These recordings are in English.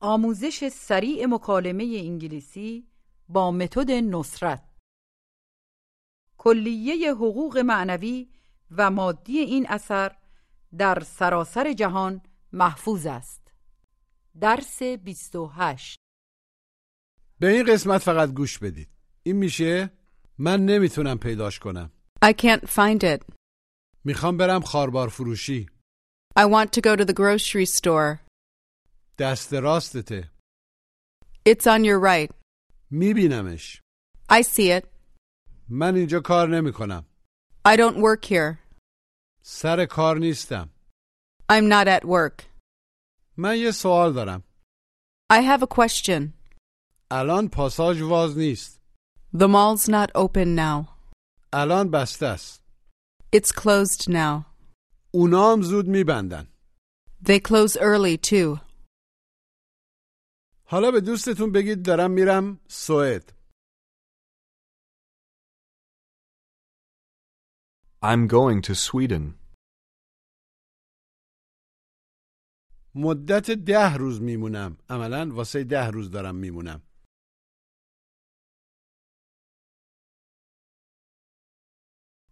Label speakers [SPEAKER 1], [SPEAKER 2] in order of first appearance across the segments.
[SPEAKER 1] آموزش سریع مکالمه انگلیسی با متد نصرت کلیه حقوق معنوی و مادی این اثر در سراسر جهان محفوظ است درس 28
[SPEAKER 2] به این قسمت فقط گوش بدید این میشه من نمیتونم پیداش کنم
[SPEAKER 3] I can't find it.
[SPEAKER 2] میخوام برم خاربار فروشی
[SPEAKER 3] I want to go to the grocery store.
[SPEAKER 2] دست راستته
[SPEAKER 3] It's on your right.
[SPEAKER 2] میبینمش
[SPEAKER 3] I see it.
[SPEAKER 2] من اینجا کار نمیکنم
[SPEAKER 3] I don't work here.
[SPEAKER 2] سر کار نیستم
[SPEAKER 3] I'm not at work.
[SPEAKER 2] من یه سوال دارم
[SPEAKER 3] I have a question.
[SPEAKER 2] الان پاساژ واز نیست
[SPEAKER 3] The mall's not open now.
[SPEAKER 2] الان بسته است
[SPEAKER 3] It's closed now.
[SPEAKER 2] اونا هم زود میبندن
[SPEAKER 3] They close early, too.
[SPEAKER 2] حالا به دوستتون بگید دارم میرم سوئد
[SPEAKER 4] I'm going to Sweden.
[SPEAKER 2] مدت ده روز میمونم عملا واسه ده روز دارم میمونم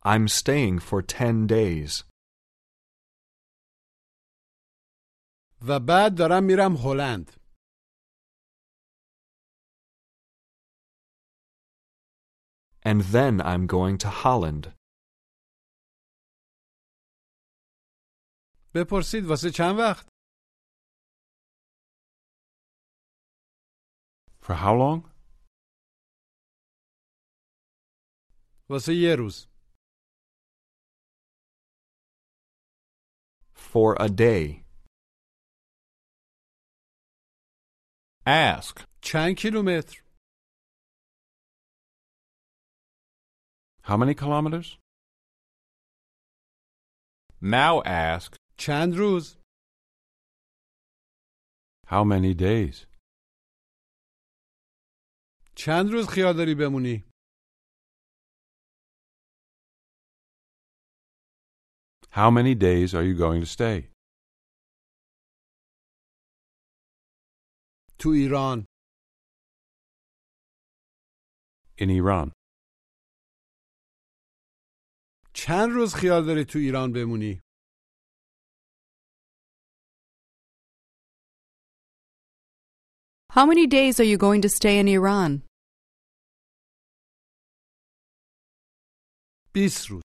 [SPEAKER 4] I'm staying for 10 days.
[SPEAKER 2] و بعد دارم میرم هلند
[SPEAKER 4] And then I'm going to Holland.
[SPEAKER 2] بپرسید واسه چند وقت
[SPEAKER 4] For how long?
[SPEAKER 2] واسه یه روز
[SPEAKER 4] For a day. Ask.
[SPEAKER 2] چند کیلومتر
[SPEAKER 4] How many kilometers? Now ask.
[SPEAKER 2] چند روز
[SPEAKER 4] How many days?
[SPEAKER 2] چند روز خیال داری بمونی
[SPEAKER 4] How many days are you going to stay?
[SPEAKER 2] تو ایران
[SPEAKER 4] In Iran.
[SPEAKER 2] چند روز خیال داری تو ایران بمونی
[SPEAKER 3] How many days are you going to stay in Iran?
[SPEAKER 2] 20 روز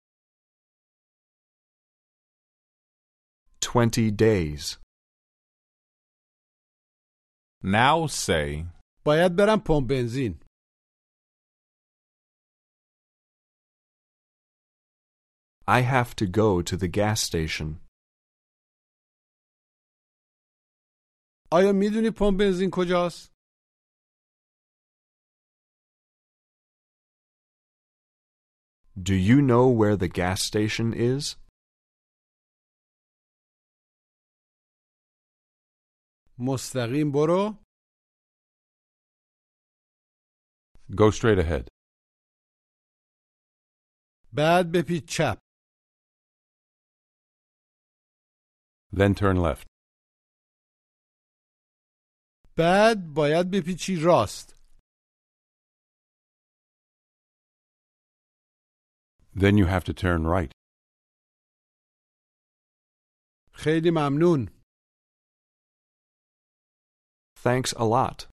[SPEAKER 4] 20 days. Now say.
[SPEAKER 2] باید برم پمپ بنزین
[SPEAKER 4] I have to go to the gas station.
[SPEAKER 2] آیا میدونی پمپ بنزین کجاست
[SPEAKER 4] Do you know where the gas station is?
[SPEAKER 2] مستقیم برو
[SPEAKER 4] Go straight ahead.
[SPEAKER 2] بعد بپیچ چپ
[SPEAKER 4] Then turn left.
[SPEAKER 2] بعد باید بپیچی راست
[SPEAKER 4] Then you have to turn right.
[SPEAKER 2] خیلی ممنون.
[SPEAKER 4] Thanks a lot.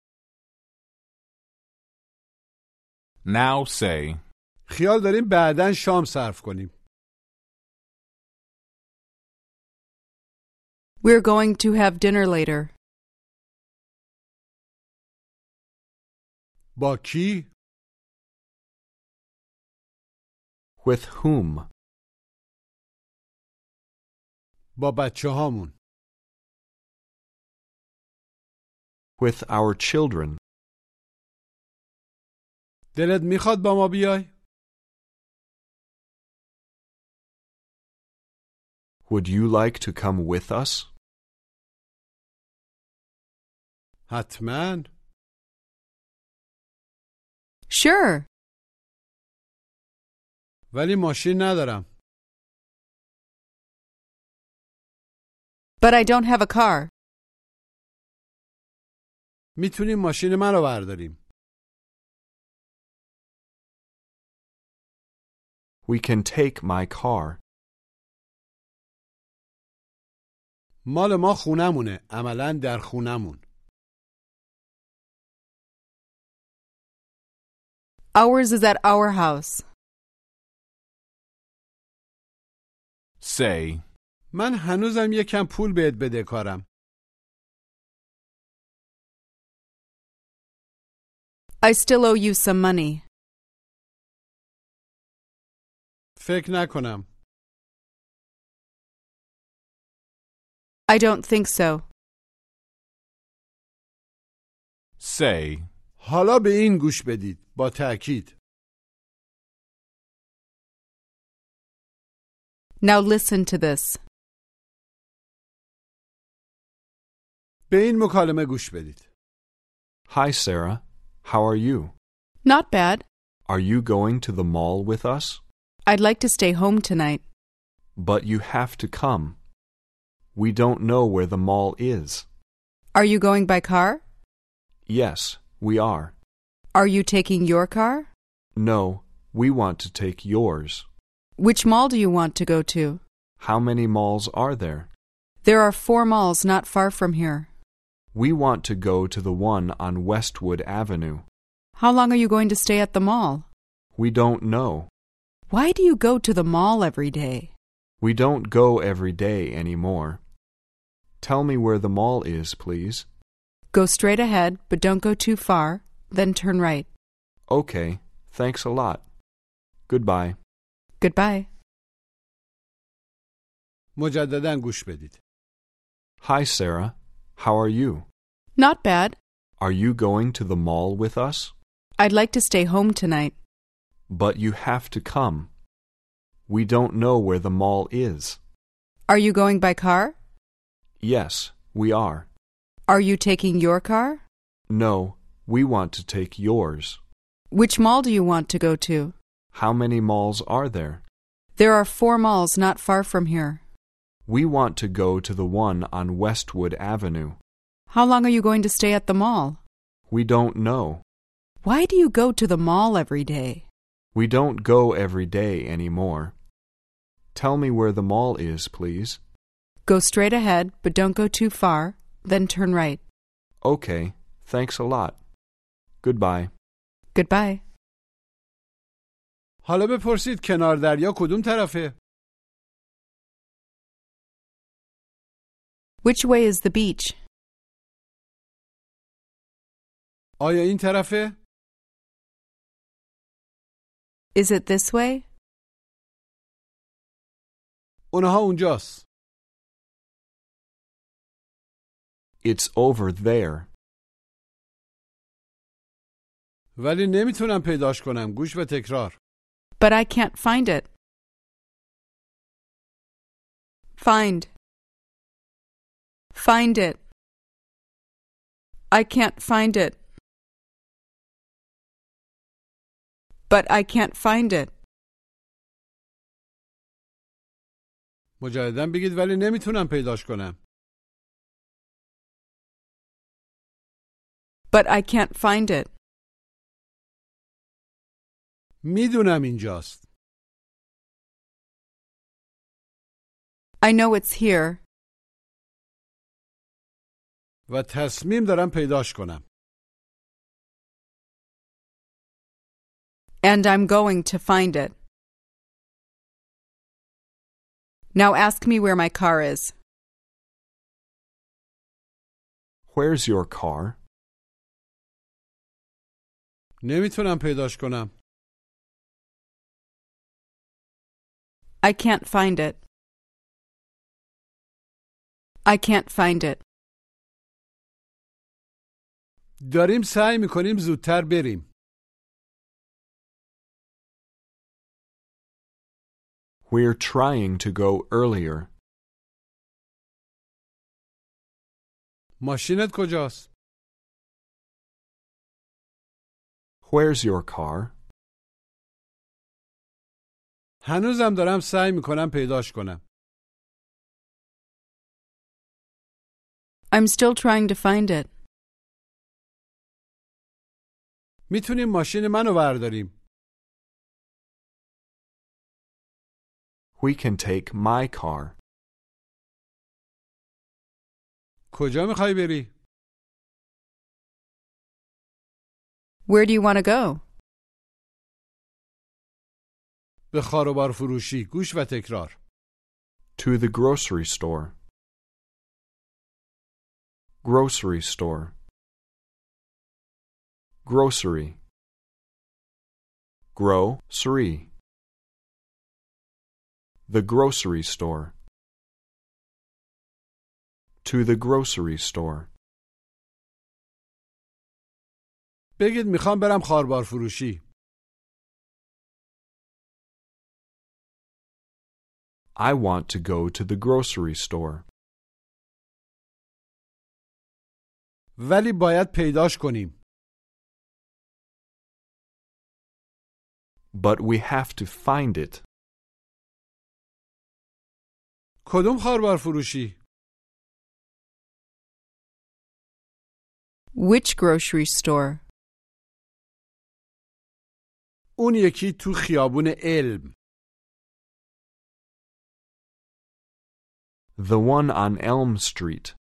[SPEAKER 5] Now say,
[SPEAKER 2] خیال داریم بعدا شام صرف کنیم.
[SPEAKER 3] We're going to have dinner later.
[SPEAKER 2] با کی؟
[SPEAKER 4] With whom?
[SPEAKER 2] با بچه هامون.
[SPEAKER 4] With our children.
[SPEAKER 2] دلت میخواد با ما بیای؟
[SPEAKER 4] Would you like to come with us?
[SPEAKER 2] حتما.
[SPEAKER 3] Sure.
[SPEAKER 2] ولی ماشین ندارم.
[SPEAKER 3] But I don't have a car.
[SPEAKER 2] میتونیم ماشین من رو برداریم.
[SPEAKER 4] We can take my car.
[SPEAKER 2] مال ما خونمونه. عملا در خونمون.
[SPEAKER 3] Ours is at our house.
[SPEAKER 5] say,
[SPEAKER 2] من هنوزم یکم پول بهت بده کارم.
[SPEAKER 3] I still owe you some money.
[SPEAKER 2] فکر نکنم.
[SPEAKER 3] I don't think so.
[SPEAKER 5] say,
[SPEAKER 2] حالا به این گوش بدید. با تأکید.
[SPEAKER 3] Now listen to this.
[SPEAKER 2] به این مکالمه گوش بدید.
[SPEAKER 4] Hi, Sarah. How are you?
[SPEAKER 3] Not bad.
[SPEAKER 4] Are you going to the mall with us?
[SPEAKER 3] I'd like to stay home tonight.
[SPEAKER 4] But you have to come. We don't know where the mall is.
[SPEAKER 3] Are you going by car?
[SPEAKER 4] Yes, we are.
[SPEAKER 3] Are you taking your car?
[SPEAKER 4] No, we want to take yours.
[SPEAKER 3] Which mall do you want to go to?
[SPEAKER 4] How many malls are there?
[SPEAKER 3] There are four malls not far from here.
[SPEAKER 4] We want to go to the one on Westwood Avenue.
[SPEAKER 3] How long are you going to stay at the mall?
[SPEAKER 4] We don't know.
[SPEAKER 3] Why do you go to the mall every day?
[SPEAKER 4] We don't go every day anymore. Tell me where the mall is, please.
[SPEAKER 3] Go straight ahead, but don't go too far, then turn right.
[SPEAKER 4] Okay, thanks a lot. Goodbye.
[SPEAKER 3] Goodbye.
[SPEAKER 2] مجددا گوش بدید.
[SPEAKER 4] Hi, Sarah. How are you?
[SPEAKER 3] Not bad.
[SPEAKER 4] Are you going to the mall with us?
[SPEAKER 3] I'd like to stay home tonight.
[SPEAKER 4] But you have to come. We don't know where the mall is.
[SPEAKER 3] Are you going by car?
[SPEAKER 4] Yes, we are.
[SPEAKER 3] Are you taking your car?
[SPEAKER 4] No, we want to take yours.
[SPEAKER 3] Which mall do you want to go to?
[SPEAKER 4] How many malls are there?
[SPEAKER 3] There are four malls not far from here.
[SPEAKER 4] We want to go to the one on Westwood Avenue.
[SPEAKER 3] How long are you going to stay at the mall?
[SPEAKER 4] We don't know.
[SPEAKER 3] Why do you go to the mall every day?
[SPEAKER 4] We don't go every day anymore. Tell me where the mall is, please.
[SPEAKER 3] Go straight ahead, but don't go too far, then turn right.
[SPEAKER 4] Okay, thanks a lot. Goodbye.
[SPEAKER 3] Goodbye.
[SPEAKER 2] حالا بپرسید کنار دریا کدوم طرفه؟
[SPEAKER 3] Which way is the beach?
[SPEAKER 2] آیا این طرفه؟
[SPEAKER 3] Is it this way?
[SPEAKER 2] اونها اونجاست.
[SPEAKER 4] It's over there.
[SPEAKER 2] ولی نمیتونم پیداش کنم. گوش و تکرار.
[SPEAKER 3] But I can't find it. Find. Find it. I can't find it. But I can't find it.
[SPEAKER 2] مجددا بگید ولی نمیتونم پیداش کنم.
[SPEAKER 3] But I can't find it.
[SPEAKER 2] میدونم اینجاست.
[SPEAKER 3] I know it's here.
[SPEAKER 2] و تصمیم دارم پیداش کنم.
[SPEAKER 3] and I'm going to find it. Now ask me where my car is.
[SPEAKER 4] Where's your car?
[SPEAKER 2] نمیتونم پیداش کنم.
[SPEAKER 3] I can't find it. I can't find it.
[SPEAKER 2] داریم سعی میکنیم زودتر بریم.
[SPEAKER 4] We're trying to go earlier.
[SPEAKER 2] ماشینت کجاست؟
[SPEAKER 4] Where's your car?
[SPEAKER 2] هنوزم دارم سعی میکنم پیداش کنم.
[SPEAKER 3] I'm still trying to find it.
[SPEAKER 2] میتونیم ماشین منو برداریم.
[SPEAKER 4] We can take my car.
[SPEAKER 2] کجا میخوای بری؟
[SPEAKER 3] Where do you want to go?
[SPEAKER 2] به خاروبار فروشی گوش و تکرار.
[SPEAKER 4] To the grocery store. Grocery store. Grocery. Grow. Sri. The grocery store. To the grocery store.
[SPEAKER 2] بگید میخوام برم خاربار فروشی.
[SPEAKER 4] I want to go to the grocery store.
[SPEAKER 2] ولی باید پیداش کنیم.
[SPEAKER 4] But we have to find it.
[SPEAKER 2] کدوم خاربار فروشی؟
[SPEAKER 3] Which grocery store?
[SPEAKER 2] اون یکی تو خیابون علم.
[SPEAKER 4] The one on Elm Street.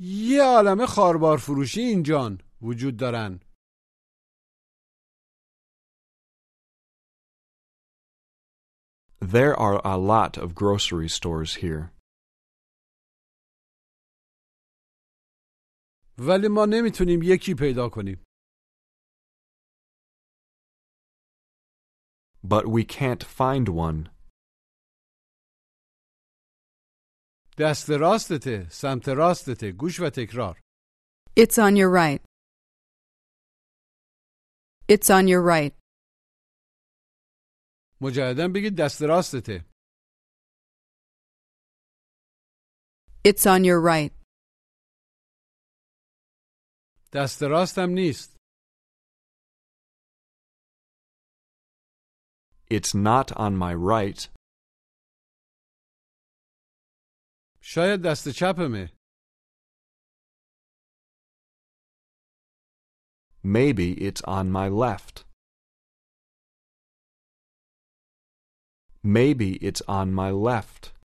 [SPEAKER 2] یه عالم خاربار فروشی اینجان وجود دارن.
[SPEAKER 4] There are a lot of grocery stores here,
[SPEAKER 2] ولی ما نمیتونیم یکی پیدا کنیم.
[SPEAKER 4] but we can't find one.
[SPEAKER 2] دست راستته، سمت راستته، گوش و تکرار.
[SPEAKER 3] It's on your right. It's on your right.
[SPEAKER 2] مجددا بگید دست راستته.
[SPEAKER 3] It's on your right.
[SPEAKER 2] دست راستم نیست.
[SPEAKER 4] It's not on my right.
[SPEAKER 2] شاید دست چپمه.
[SPEAKER 4] Maybe it's on my left. Maybe it's on my left.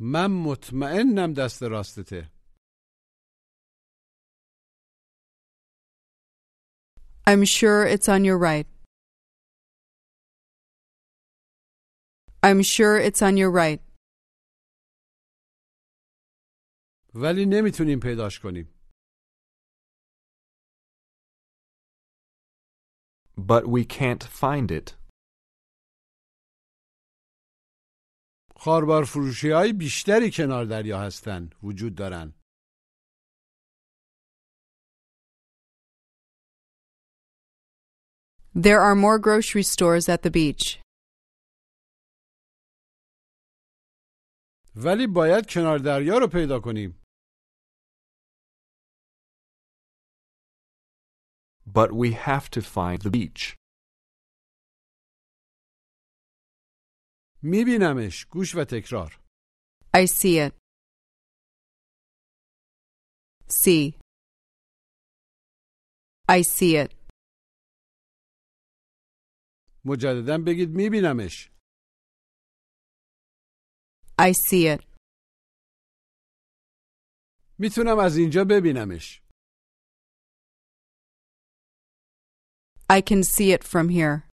[SPEAKER 2] من مطمئنم دست راستته.
[SPEAKER 3] I'm sure it's on your right. I'm sure it's on your right.
[SPEAKER 2] ولی نمیتونیم پیداش کنیم.
[SPEAKER 4] But we can't find it.
[SPEAKER 2] خاربار فروشی های بیشتری کنار دریا هستن وجود دارن.
[SPEAKER 3] There are more grocery stores at the beach,
[SPEAKER 2] ولی باید کنار دریا رو پیدا کنیم.
[SPEAKER 4] But we have to find the beach.
[SPEAKER 2] میبینمش گوش و تکرار.
[SPEAKER 3] I see it. See. I see it.
[SPEAKER 2] مجددا بگید میبینمش.
[SPEAKER 3] I see it.
[SPEAKER 2] میتونم از اینجا ببینمش.
[SPEAKER 3] I can see it from here.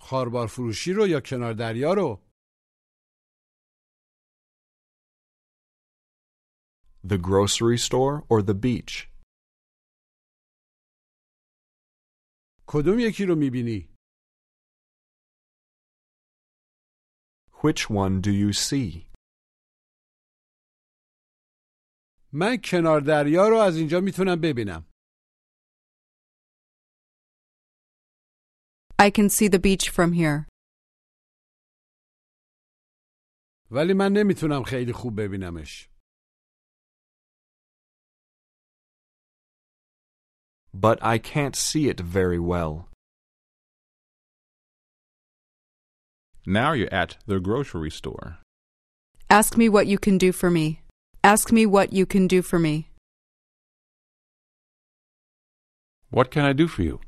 [SPEAKER 2] خاربار فروشی رو یا کنار دریا رو.
[SPEAKER 4] The grocery store or the beach?
[SPEAKER 2] کدوم یکی رو میبینی؟
[SPEAKER 4] Which one do you see?
[SPEAKER 2] من کنار دریا رو از اینجا میتونم ببینم.
[SPEAKER 3] I can see the beach from here.
[SPEAKER 2] ولی من نمیتونم خیلی خوب ببینمش.
[SPEAKER 4] But I can't see it very well.
[SPEAKER 5] Now you're at the grocery store.
[SPEAKER 3] Ask me what you can do for me. Ask me what you can do for me.
[SPEAKER 5] What can I do for you?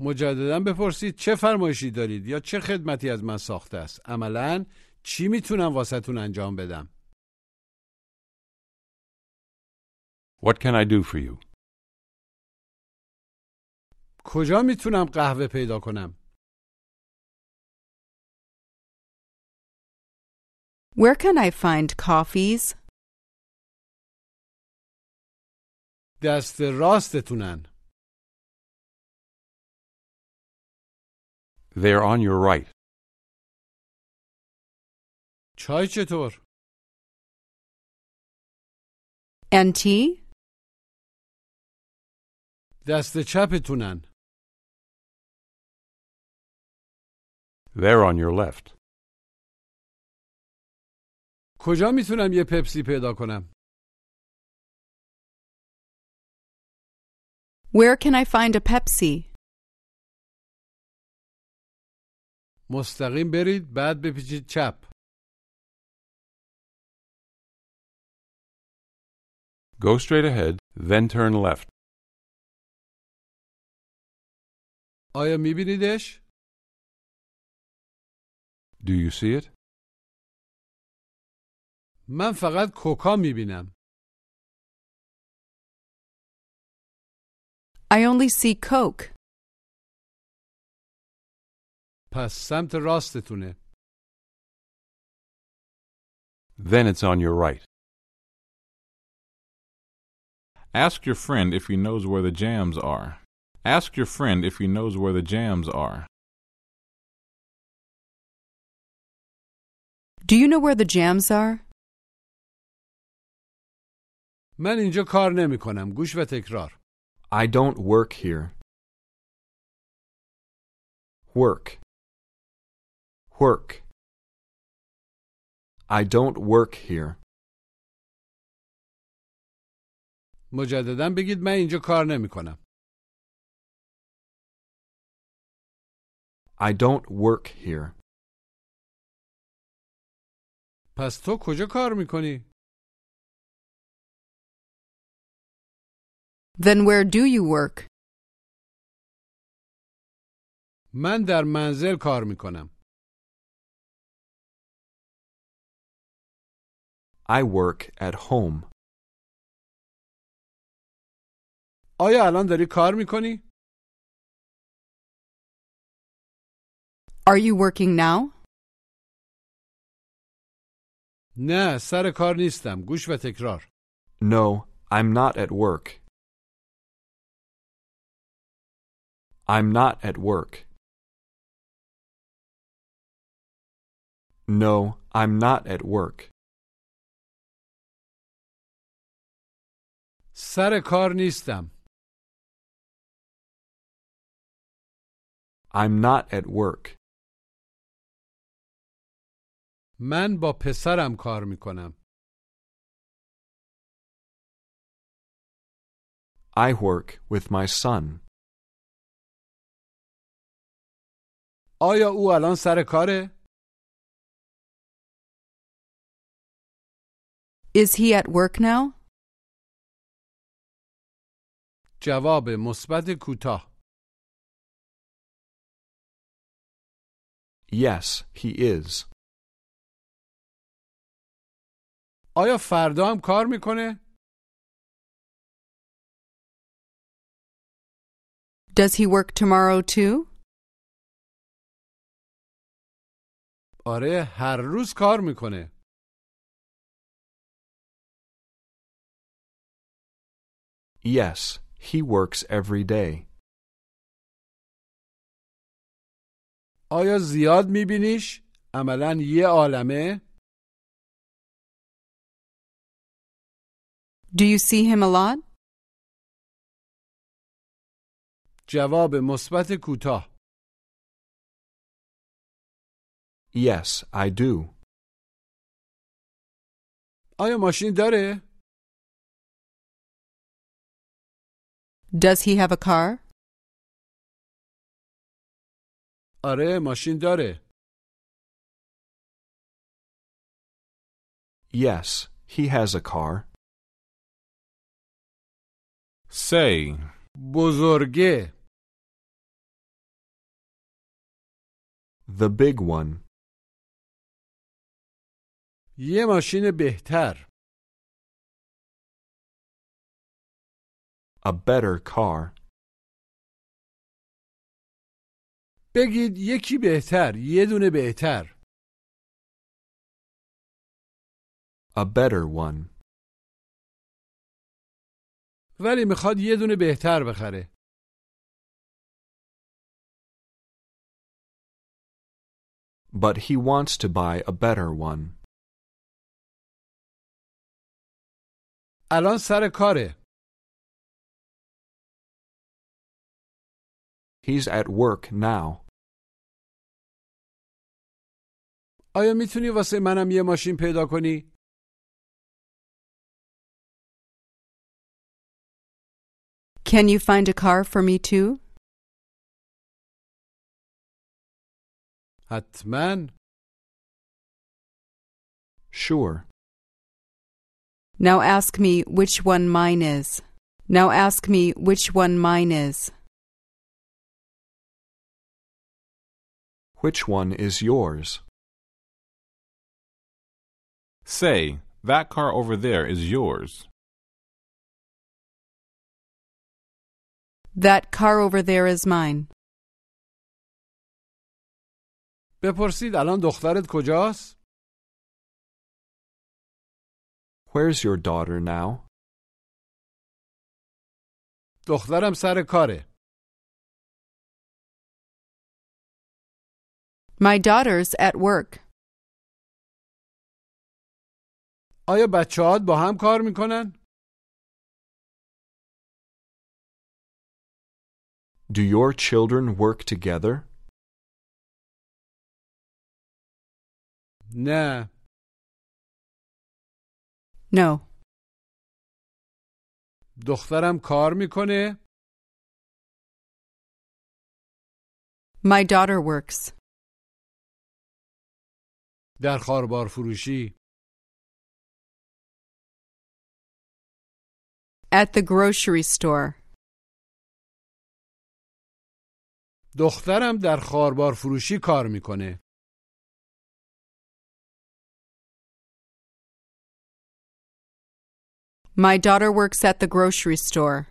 [SPEAKER 2] مجددا بپرسید چه فرمایشی دارید یا چه خدمتی از من ساخته است. عملا چی میتونم واسهتون انجام بدم؟
[SPEAKER 5] What can I do for you?
[SPEAKER 2] کجا میتونم قهوه پیدا کنم؟
[SPEAKER 3] Where can I find coffees?
[SPEAKER 2] دست راستتونن.
[SPEAKER 5] They're on your right.
[SPEAKER 2] چای چطور؟
[SPEAKER 3] And tea?
[SPEAKER 2] دست چپتونن.
[SPEAKER 5] They're on your left.
[SPEAKER 2] کجا میتونم یه پپسی پیدا کنم؟
[SPEAKER 3] Where can I find a Pepsi?
[SPEAKER 2] مستقیم برید بعد بپیچید چپ.
[SPEAKER 5] Go straight ahead, then turn left.
[SPEAKER 2] آیا میبینیدش؟
[SPEAKER 5] Do you see it?
[SPEAKER 2] من فقط کوکا میبینم.
[SPEAKER 3] I only see Coke.
[SPEAKER 2] پس سمت راستتونه.
[SPEAKER 5] Then it's on your right. Ask your friend if he knows where the jams are. Ask your friend if he knows where the jams are.
[SPEAKER 3] Do you know where the jams are?
[SPEAKER 2] من اینجا کار نمی کنم. گوش و تکرار.
[SPEAKER 4] I don't work here. Work. Work. I don't work here.
[SPEAKER 2] مجددا بگید من اینجا کار نمی کنم.
[SPEAKER 4] I don't work here.
[SPEAKER 2] پس تو کجا کار میکنی؟
[SPEAKER 3] Then where do you work?
[SPEAKER 2] من در منزل کار میکنم.
[SPEAKER 4] I work at home.
[SPEAKER 2] آیا الان داری کار میکنی؟
[SPEAKER 3] Are you working now?
[SPEAKER 2] نه سر کار نیستم. گوش و تکرار.
[SPEAKER 4] No, I'm not at work. I'm not at work. No, I'm not at work.
[SPEAKER 2] سر کار نیستم.
[SPEAKER 4] I'm not at work.
[SPEAKER 2] من با پسرم کار میکنم.
[SPEAKER 4] I work with my son.
[SPEAKER 2] آیا او الان سر کاره؟
[SPEAKER 3] Is he at work now?
[SPEAKER 2] جواب مثبت کوتاه
[SPEAKER 4] Yes, he is.
[SPEAKER 2] آیا فردا هم کار میکنه؟
[SPEAKER 3] Does he work tomorrow too?
[SPEAKER 2] آره هر روز کار میکنه.
[SPEAKER 4] Yes, he works every day.
[SPEAKER 2] آیا زیاد میبینیش؟ عملا یه عالمه؟
[SPEAKER 3] Do you see him a lot?
[SPEAKER 2] جواب مثبت کوتاه.
[SPEAKER 4] Yes, I do.
[SPEAKER 2] آیا ماشین داره؟
[SPEAKER 3] Does he have a car?
[SPEAKER 2] آره ماشین داره.
[SPEAKER 4] Yes, he has a car.
[SPEAKER 5] Say,
[SPEAKER 2] بزرگه.
[SPEAKER 4] The big one.
[SPEAKER 2] یه ماشین بهتر.
[SPEAKER 4] A better car.
[SPEAKER 2] بگید یکی بهتر، یه دونه بهتر.
[SPEAKER 4] A better one.
[SPEAKER 2] ولی میخواد یه دونه بهتر بخره.
[SPEAKER 4] But he wants to buy a better one.
[SPEAKER 2] الان سر کاره.
[SPEAKER 4] He's at work now.
[SPEAKER 2] آیا میتونی واسه منم یه ماشین پیدا کنی؟
[SPEAKER 3] Can you find a car for me too?
[SPEAKER 2] حتما.
[SPEAKER 4] Sure.
[SPEAKER 3] Now ask me which one mine is. Now ask me which one mine is.
[SPEAKER 4] Which one is yours?
[SPEAKER 5] say, that car over there is yours.
[SPEAKER 3] That car over there is mine.
[SPEAKER 2] بپرسید الان دخترت کجاست؟
[SPEAKER 4] Where's your daughter now?
[SPEAKER 2] دخترم سر کاره.
[SPEAKER 3] My daughter's at work.
[SPEAKER 2] آیا بچه‌هات با هم کار میکنن؟
[SPEAKER 4] Do your children work together?
[SPEAKER 2] نه.
[SPEAKER 3] No.
[SPEAKER 2] دخترم کار میکنه؟
[SPEAKER 3] My daughter works.
[SPEAKER 2] در خاربار فروشی.
[SPEAKER 3] At the grocery store.
[SPEAKER 2] دخترم در خاربار فروشی کار میکنه.
[SPEAKER 3] My daughter works at the grocery store.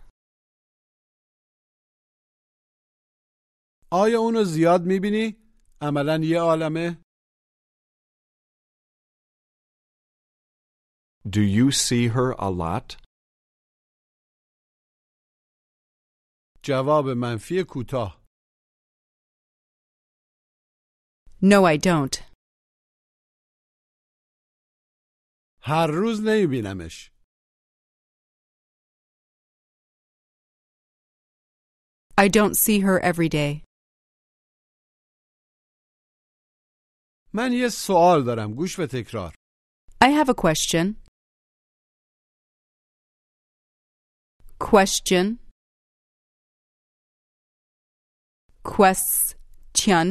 [SPEAKER 2] آیا اونو زیاد میبینی؟ عملا یه عالمه؟
[SPEAKER 4] Do you see her a lot?
[SPEAKER 2] جواب منفی کوتاه.
[SPEAKER 3] No, I don't.
[SPEAKER 2] هر روز نمیبینمش.
[SPEAKER 3] I don't see her every day.
[SPEAKER 2] من یه سوال دارم گوش به تکرار.
[SPEAKER 3] I have a question. Question. Question.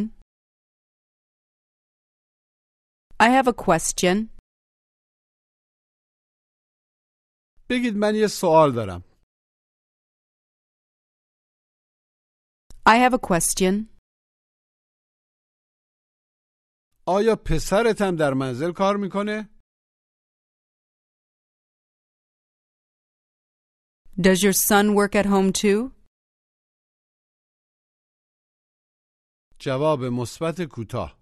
[SPEAKER 3] I have a question.
[SPEAKER 2] بگید من یه سوال دارم.
[SPEAKER 3] I have a question.
[SPEAKER 2] آیا پسرت هم در منزل کار میکنه؟
[SPEAKER 3] Does your son work at home too?
[SPEAKER 2] جواب مثبت کوتاه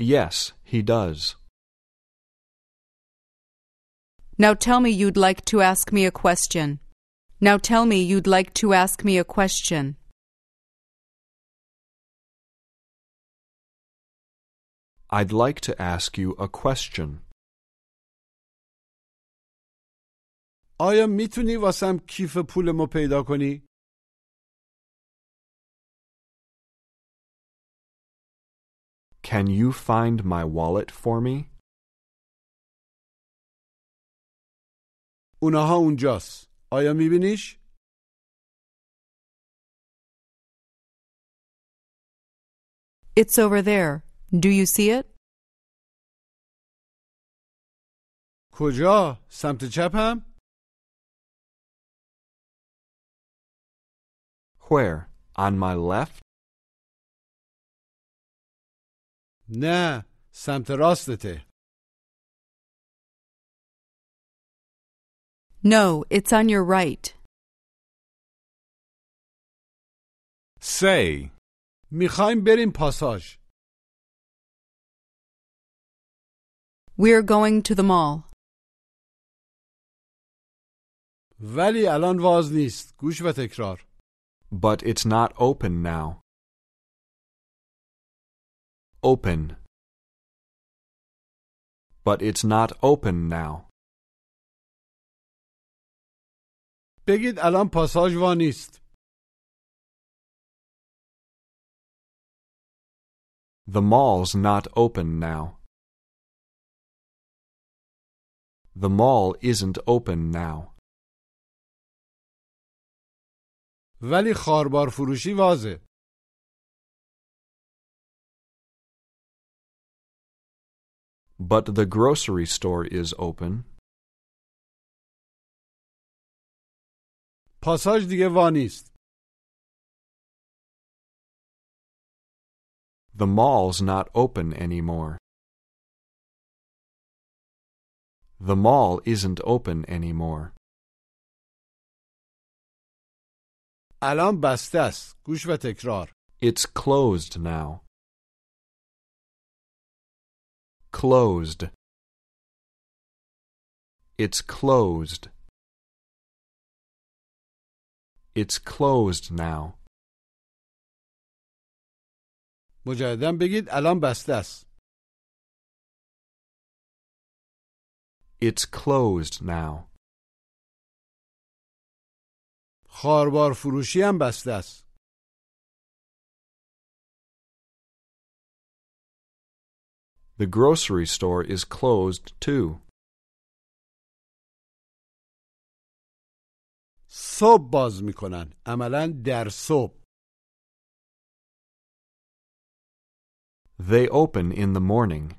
[SPEAKER 4] Yes, he does.
[SPEAKER 3] Now tell me you'd like to ask me a question. Now tell me you'd like to ask me a question.
[SPEAKER 4] I'd like to ask you a question.
[SPEAKER 2] آیا میتونی واسم کیف پولمو پیدا کنی؟
[SPEAKER 4] Can you find my wallet for me?
[SPEAKER 2] اونها اونجاست آیا میبینیش؟
[SPEAKER 3] It's over there. Do you see it?
[SPEAKER 2] کجا؟ سمت چپ هم؟
[SPEAKER 4] Where? On my left?
[SPEAKER 2] نه سمت راستته
[SPEAKER 3] No, it's on your right.
[SPEAKER 5] Say,
[SPEAKER 2] میخوایم بریم پاساژ
[SPEAKER 3] We're going to the mall.
[SPEAKER 2] ولی الان واز نیست گوش و تکرار
[SPEAKER 4] But it's not open now. Open. But it's not open now.
[SPEAKER 2] بگید الان پاساژ وا نیست
[SPEAKER 4] The mall's not open now. The mall isn't open now.
[SPEAKER 2] ولی خاربار فروشی وازه
[SPEAKER 4] But the grocery store is open.
[SPEAKER 2] پاساژ دیگه وا نیست
[SPEAKER 4] The mall's not open anymore. The mall isn't open anymore.
[SPEAKER 2] الان بسته است گوش و تکرار
[SPEAKER 4] It's closed now. Closed. It's closed. It's closed now.
[SPEAKER 2] مجددا بگید الان بسته است
[SPEAKER 4] It's closed now.
[SPEAKER 2] خاربار فروشی هم بسته است
[SPEAKER 4] The grocery store is closed too.
[SPEAKER 2] صبح باز میکنن عملا در صبح
[SPEAKER 4] They open in the morning,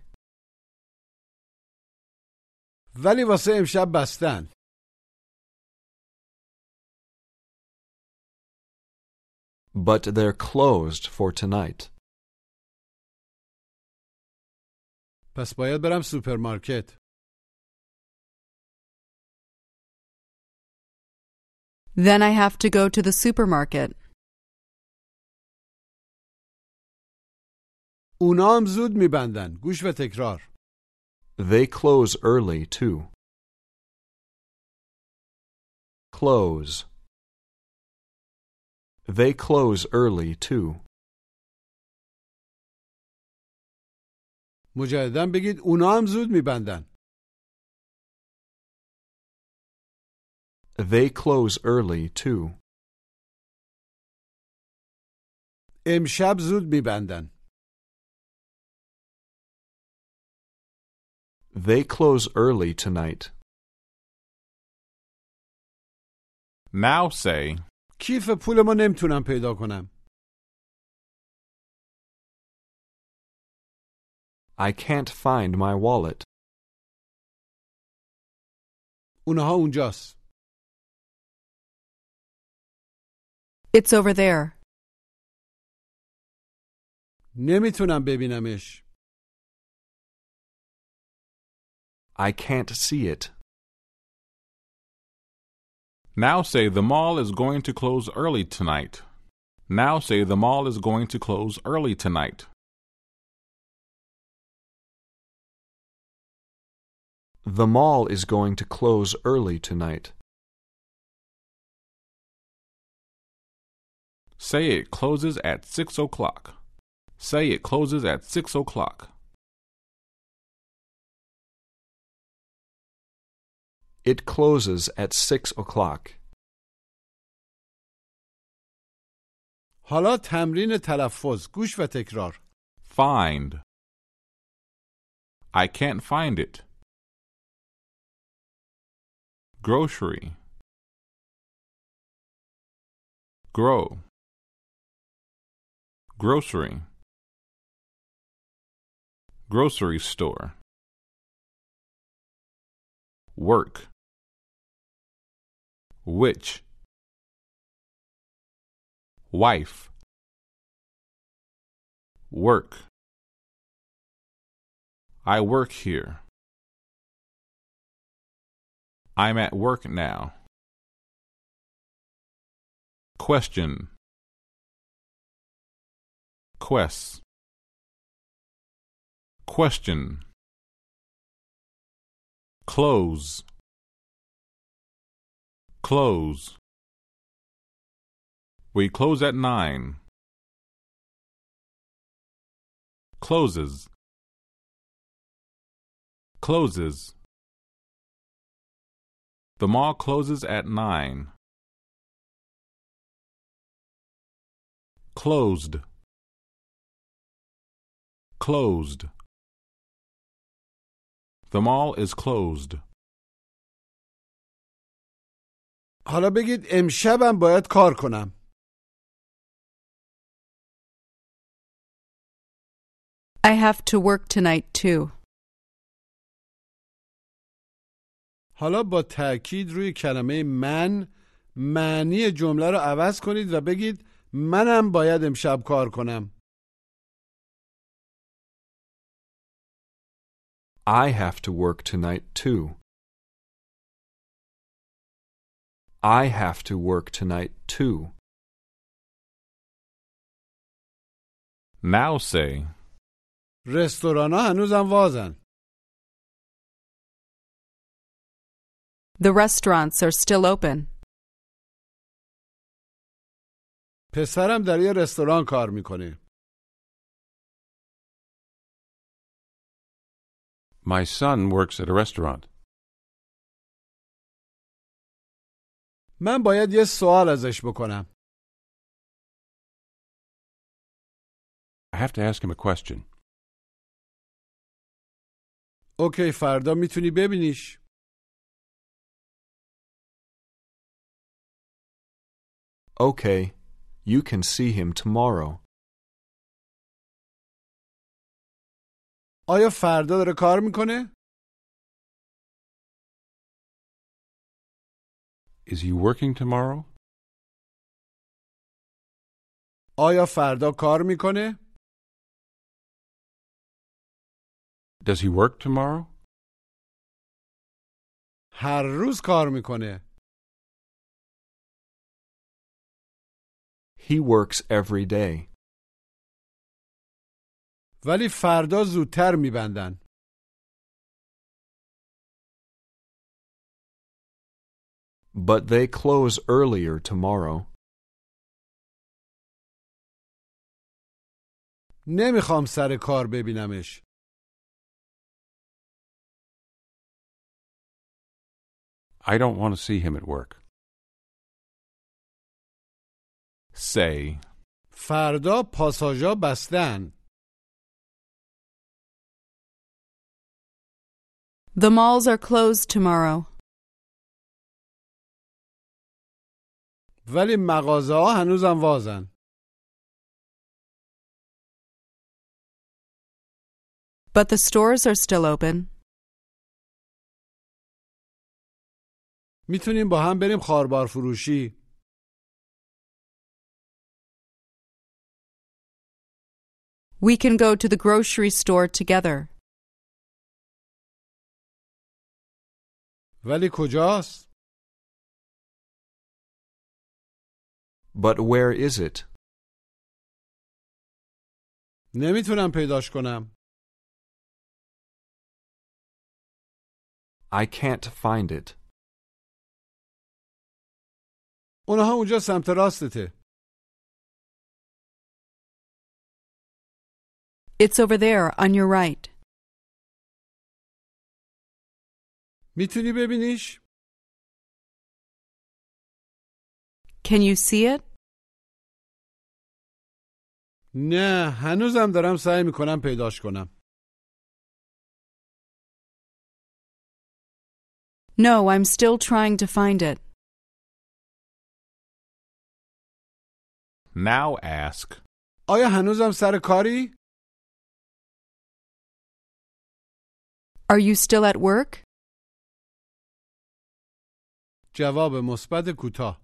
[SPEAKER 2] ولی واسه امشب بستن
[SPEAKER 4] but they're closed for tonight.
[SPEAKER 2] پس باید برم سوپرمارکت
[SPEAKER 3] Then I have to go to the supermarket.
[SPEAKER 2] اونا هم زود میبندن گوش و تکرار
[SPEAKER 4] They close early too. Close. They close early too.
[SPEAKER 2] مجددا بگید اونا هم زود میبندن
[SPEAKER 4] They close early too.
[SPEAKER 2] امشب زود میبندن
[SPEAKER 4] They close early tonight.
[SPEAKER 5] now say,
[SPEAKER 2] کیف پول ما نمیتونم پیدا کنم
[SPEAKER 4] I can't find my wallet.
[SPEAKER 2] اونها اونجاست
[SPEAKER 3] It's over there.
[SPEAKER 2] نمیتونم ببینمش
[SPEAKER 4] I can't see it.
[SPEAKER 5] Now say the mall is going to close early tonight. Now say the mall is going to close early tonight.
[SPEAKER 4] The mall is going to close early tonight.
[SPEAKER 5] Say it closes at six o'clock. Say it closes at six o'clock.
[SPEAKER 4] It closes at six o'clock.
[SPEAKER 2] حالا تمرین تلفظ گوش و تکرار
[SPEAKER 5] Find. I can't find it. Grocery. Grow. Grocery. Grocery store. Work. Which. Wife. Work. I work here. I'm at work now. Question. Quests. Question. Close. Close. We close at nine. Closes. Closes. The mall closes at nine. Closed. Closed. The mall is closed.
[SPEAKER 2] حالا بگید امشبم باید کار کنم
[SPEAKER 3] I have to work tonight too.
[SPEAKER 2] حالا با تاکید روی کلمه من معنی جمله رو عوض کنید و بگید منم باید امشب کار کنم
[SPEAKER 4] I have to work tonight too. I have to work tonight too.
[SPEAKER 5] Now say,
[SPEAKER 2] رستورانا هنوزم وازن
[SPEAKER 3] The restaurants are still open.
[SPEAKER 2] پسرم در یه رستوران کار میکنه
[SPEAKER 6] My son works at a restaurant.
[SPEAKER 2] من باید یه سوال ازش بکنم
[SPEAKER 6] I have to ask him a question.
[SPEAKER 2] اوکی فردا میتونی ببینیش
[SPEAKER 4] Okay, you can see him tomorrow.
[SPEAKER 2] آیا فردا داره کار میکنه؟
[SPEAKER 6] Is he working tomorrow?
[SPEAKER 2] آیا فردا کار میکنه؟
[SPEAKER 6] Does he work tomorrow?
[SPEAKER 2] هر روز کار میکنه
[SPEAKER 4] He works every day,
[SPEAKER 2] ولی فردا زودتر میبندن
[SPEAKER 4] but they close earlier tomorrow.
[SPEAKER 2] نمیخوام سر کار ببینمش
[SPEAKER 6] I don't want to see him at work.
[SPEAKER 5] say,
[SPEAKER 2] فردا پاساژا بستن
[SPEAKER 3] The malls are closed tomorrow.
[SPEAKER 2] ولی مغازه ها هنوزم وازن
[SPEAKER 3] But the stores are still open.
[SPEAKER 2] میتونیم با هم بریم خاربار فروشی
[SPEAKER 3] We can go to the grocery store together.
[SPEAKER 2] ولی کجاست؟
[SPEAKER 4] But where is it?
[SPEAKER 2] نمیتونم پیداش کنم.
[SPEAKER 4] I can't find it.
[SPEAKER 2] اونها اونجا سمت راستته.
[SPEAKER 3] It's over there on your right.
[SPEAKER 2] میتونی ببینیش؟
[SPEAKER 3] Can you see it?
[SPEAKER 2] نه هنوزم دارم سعی میکنم پیداش کنم.
[SPEAKER 3] No, I'm still trying to find it.
[SPEAKER 5] Now ask.
[SPEAKER 2] آیا هنوزم سر کاری؟
[SPEAKER 3] Are you still at work?
[SPEAKER 2] جواب مثبت کوتاه.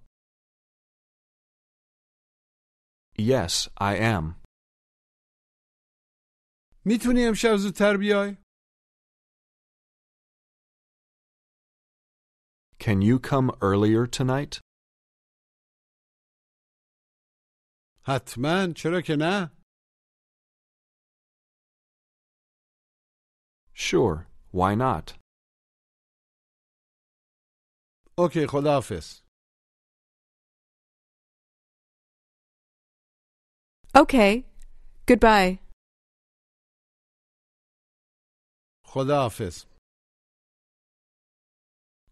[SPEAKER 4] Yes, I am.
[SPEAKER 2] میتونی امشب زودتر بیای؟
[SPEAKER 4] Can you come earlier tonight?
[SPEAKER 2] حتما چرا که نه؟
[SPEAKER 4] Sure, why not?
[SPEAKER 2] اوکی خداحافظ.
[SPEAKER 3] Okay. Goodbye.
[SPEAKER 2] خداحافظ.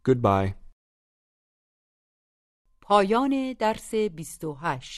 [SPEAKER 4] Goodbye.
[SPEAKER 1] پایان درس 28